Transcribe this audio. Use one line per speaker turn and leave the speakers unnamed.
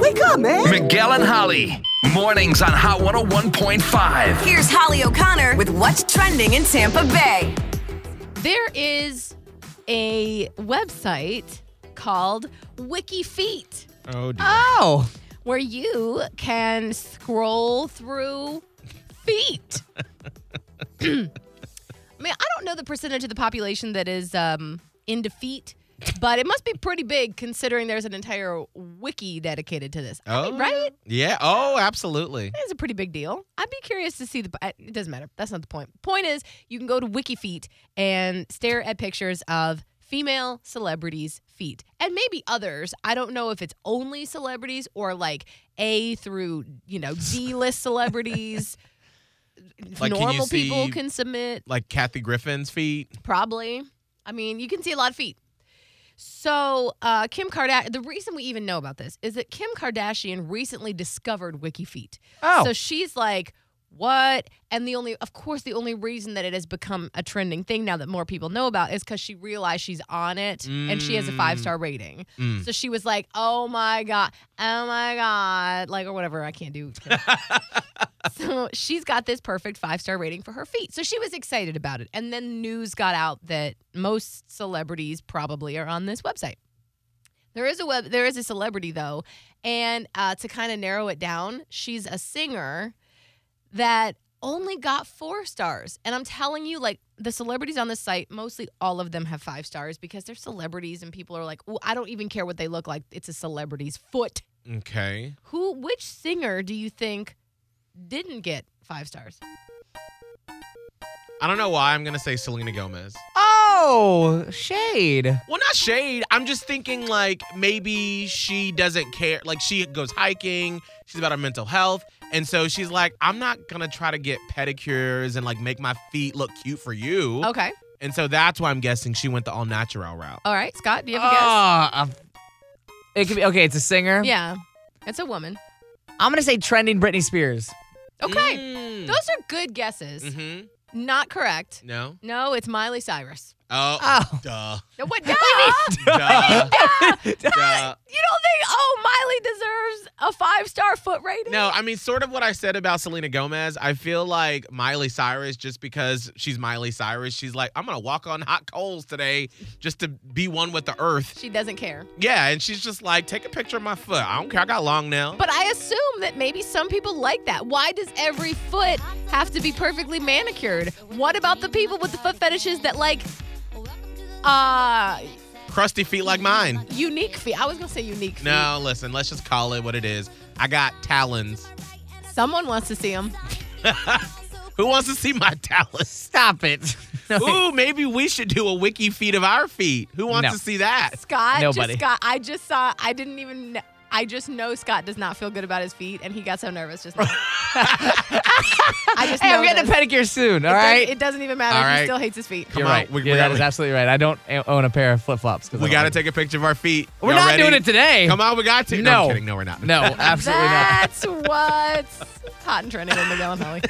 Wake up, man.
Miguel and Holly. Mornings on Hot 101.5.
Here's Holly O'Connor with what's trending in Tampa Bay.
There is a website called WikiFeet
Oh, dear.
Oh,
where you can scroll through feet. I mean, I don't know the percentage of the population that is um, into feet, but it must be pretty big considering there's an entire wiki dedicated to this. I mean,
Oh,
right?
Yeah. Oh, absolutely.
It's a pretty big deal. I'd be curious to see the. I- It doesn't matter. That's not the point. Point is, you can go to WikiFeet and stare at pictures of female celebrities' feet and maybe others. I don't know if it's only celebrities or like A through you know D list celebrities.
Like, can you
Normal people
see-
can submit
Like Kathy Griffin's feet.
probably. I mean, you can see a lot of feet. So uh, Kim Kardashian. The reason we even know about this is that Kim Kardashian recently discovered WikiFeet.
Oh.
So she's like, what? And the only, of course, the only reason that it has become a trending thing now that more people know about is because she realized she's on it and she has a five star rating.
Mm.
So she was like, oh my God, oh my God, like, or whatever. I can't do. so she's got this perfect five star rating for her feet. So she was excited about it. And then news got out that most celebrities probably are on this website. There is a web. There is a celebrity though, and uh, to kind of narrow it down, she's a singer that only got four stars. And I'm telling you, like the celebrities on the site, mostly all of them have five stars because they're celebrities, and people are like, "Oh, I don't even care what they look like. It's a celebrity's foot."
Okay.
Who? Which singer do you think didn't get five stars?
I don't know why I'm going to say Selena Gomez.
oh, shade.
Well, not shade. I'm just thinking like maybe she doesn't care. Like she goes hiking. She's about her mental health, and so she's like, I'm not gonna try to get pedicures and like make my feet look cute for you.
Okay,
And so that's why I'm guessing she went the all natural route.
all right, Scott, do you have a guess?
Ah, um, it could be okay. It's a singer.
Yeah, it's a woman.
I'm gonna say trending Britney Spears.
Okay, those are good guesses.
Mm. Mm-hmm.
Not correct.
No.
No, it's Miley Cyrus.
Oh.
Oh.
Duh.
No, What? duh. you
Duh.
don't
Duh.
think? Oh, Miley deserves a five-star foot rating.
No, I mean, sort of what I said about Selena Gomez. I feel like Miley Cyrus, just because she's Miley Cyrus, she's like, I'm going to walk on hot coals today just to be one with the earth.
She doesn't care.
Yeah, and she's just like, take a picture of my foot. I don't care. I got long nails.
But I assume that maybe some people like that. Why does every foot have to be perfectly manicured? What about the people with the foot fetishes that like uh
Crusty feet like mine.
unique feet? I was gonna say unique feet.
No, listen, let's just call it what it is. I got talons.
Someone wants to see them.
Who wants to see my talons?
Stop it. No,
Ooh, maybe we should do a wiki feed of our feet. Who wants
No.
to see that?
Scott, just
Nobody.
Scott, I just saw. I didn't even. kn- I just know Scott does not feel good about his feet, and he got so nervous just. now. I just.
Hey,
know
I'm getting a
this.
pedicure soon. All
It does-
right.
It doesn't even matter.
All
He
right.
still hates his feet.
Come
You're
on,
right.
we-
Yeah,
we
that
gotta-
is absolutely right. I don't o- own a pair of flip flops.
We got to take a picture of our feet.
We're
Y'all
not
ready?
doing it today.
Come on, we got to.
No.
I'm kidding. No, we're not.
No, absolutely not.
That's what's hot and trending with Miguel and Holly.